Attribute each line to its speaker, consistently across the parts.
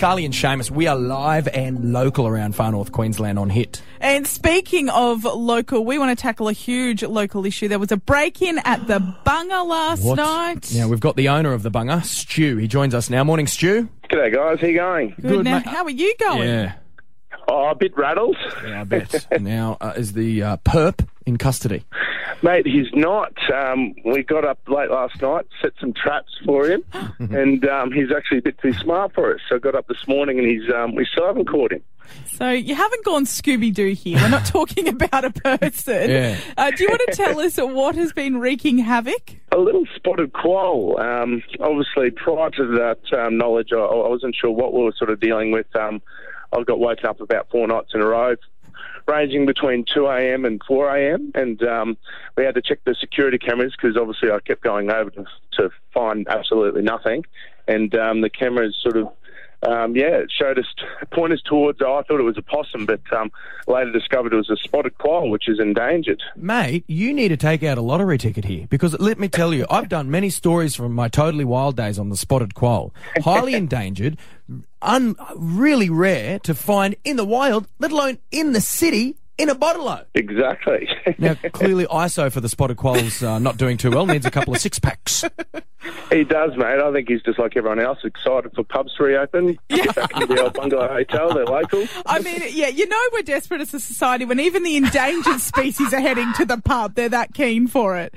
Speaker 1: Carly and Seamus, we are live and local around far north Queensland on hit.
Speaker 2: And speaking of local, we want to tackle a huge local issue. There was a break in at the Bunga last
Speaker 1: What?
Speaker 2: night.
Speaker 1: Now, we've got the owner of the bunger, Stu. He joins us now. Morning, Stu.
Speaker 3: G'day guys, how you going?
Speaker 2: Good,
Speaker 1: Good,
Speaker 2: now.
Speaker 1: mate.
Speaker 2: How are you going?
Speaker 1: Yeah,
Speaker 3: Oh, a bit rattled.
Speaker 1: yeah, I bet. now, uh, is the uh, perp in custody?
Speaker 3: Mate, he's not. Um, we got up late last night, set some traps for him, and um, he's actually a bit too smart for us. So I got up this morning and he's, um, we still haven't caught him.
Speaker 2: So you haven't gone Scooby Doo here. We're not talking about a person.
Speaker 1: Yeah.
Speaker 2: Uh, do you want to tell us what has been wreaking havoc?
Speaker 3: A little spotted quoll. Um, obviously, prior to that um, knowledge, I, I wasn't sure what we were sort of dealing with. Um, I got woken up about four nights in a row, ranging between 2 a.m. and 4 a.m. And um, we had to check the security cameras because obviously I kept going over to, to find absolutely nothing. And um, the cameras sort of um, yeah, it showed us pointers towards. oh, I thought it was a possum, but um, later discovered it was a spotted quoll, which is endangered.
Speaker 1: Mate, you need to take out a lottery ticket here because let me tell you, I've done many stories from my totally wild days on the spotted quoll. Highly endangered, un- really rare to find in the wild, let alone in the city in a bottle.
Speaker 3: Exactly.
Speaker 1: Now, clearly, ISO for the spotted quoll's uh, not doing too well, needs a couple of six packs.
Speaker 3: He does, mate. I think he's just like everyone else, excited for pubs to reopen. Back into the old bungalow hotel, they're local.
Speaker 2: I mean, yeah, you know we're desperate as a society when even the endangered species are heading to the pub. They're that keen for it.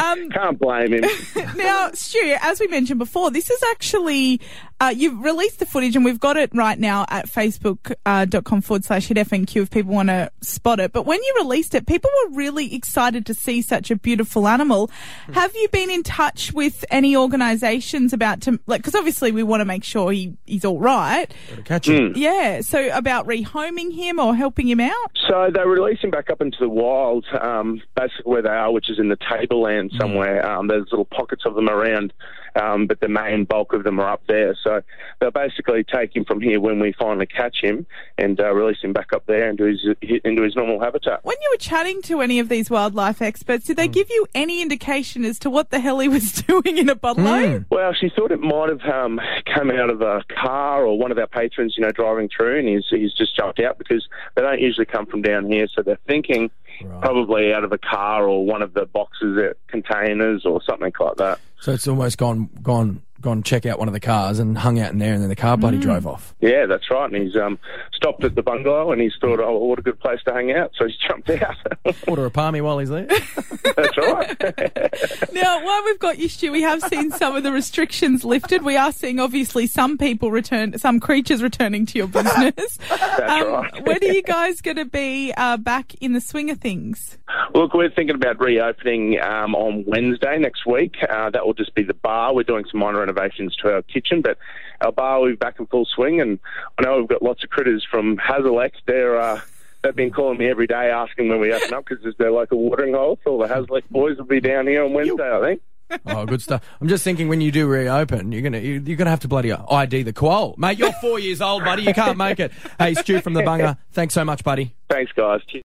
Speaker 2: Um,
Speaker 3: Can't blame him.
Speaker 2: now, Stu, as we mentioned before, this is actually, uh, you've released the footage and we've got it right now at facebook.com forward slash hit FNQ if people want to spot it. But when you released it, people were really excited to see such a beautiful animal. Have you been in touch with any organisations about to, like, because obviously we want to make sure he, he's all right.
Speaker 1: Catch it.
Speaker 2: Yeah. So about rehoming him or helping him out?
Speaker 3: So they release him back up into the wild, um, basically where they are, which is in the tableland somewhere. Um, there's little pockets of them around, um, but the main bulk of them are up there. So they'll basically take him from here when we finally catch him and uh, release him back up there into his, into his normal habitat.
Speaker 2: When you were chatting to any of these wildlife experts, did they give you any indication as to what the hell he was doing in a bottle?
Speaker 3: Well, she thought it might have um, come out of a car or one of our patrons, you know, driving through, and he's he's just jumped out because they don't usually come from down here, so they're thinking probably out of a car or one of the boxes at containers or something like that.
Speaker 1: So it's almost gone, gone, gone. Check out one of the cars and hung out in there, and then the car bloody drove off.
Speaker 3: Yeah, that's right. And he's um, stopped at the bungalow, and he's thought, oh, what a good place to hang out, so he's jumped out.
Speaker 1: Order a palmy while he's there.
Speaker 3: that's right.
Speaker 2: Now, while we've got you, Stu, we have seen some of the restrictions lifted. We are seeing, obviously, some people return, some creatures returning to your business. Um,
Speaker 3: right.
Speaker 2: when are you guys going to be uh, back in the swing of things?
Speaker 3: Look, we're thinking about reopening um, on Wednesday next week. Uh, that will just be the bar. We're doing some minor renovations to our kitchen, but our bar will be back in full swing. And I know we've got lots of critters from Hazelex. They're uh, they've been calling me every day asking when we open up because it's their local watering hole. So the Hazelex boys will be down here on Wednesday, I think.
Speaker 1: oh, good stuff. I'm just thinking when you do reopen, you're gonna you- you're gonna have to bloody ID the quoll, mate. You're four years old, buddy. You can't make it. Hey, Stu from the Bunger, thanks so much, buddy.
Speaker 3: Thanks, guys. Cheers.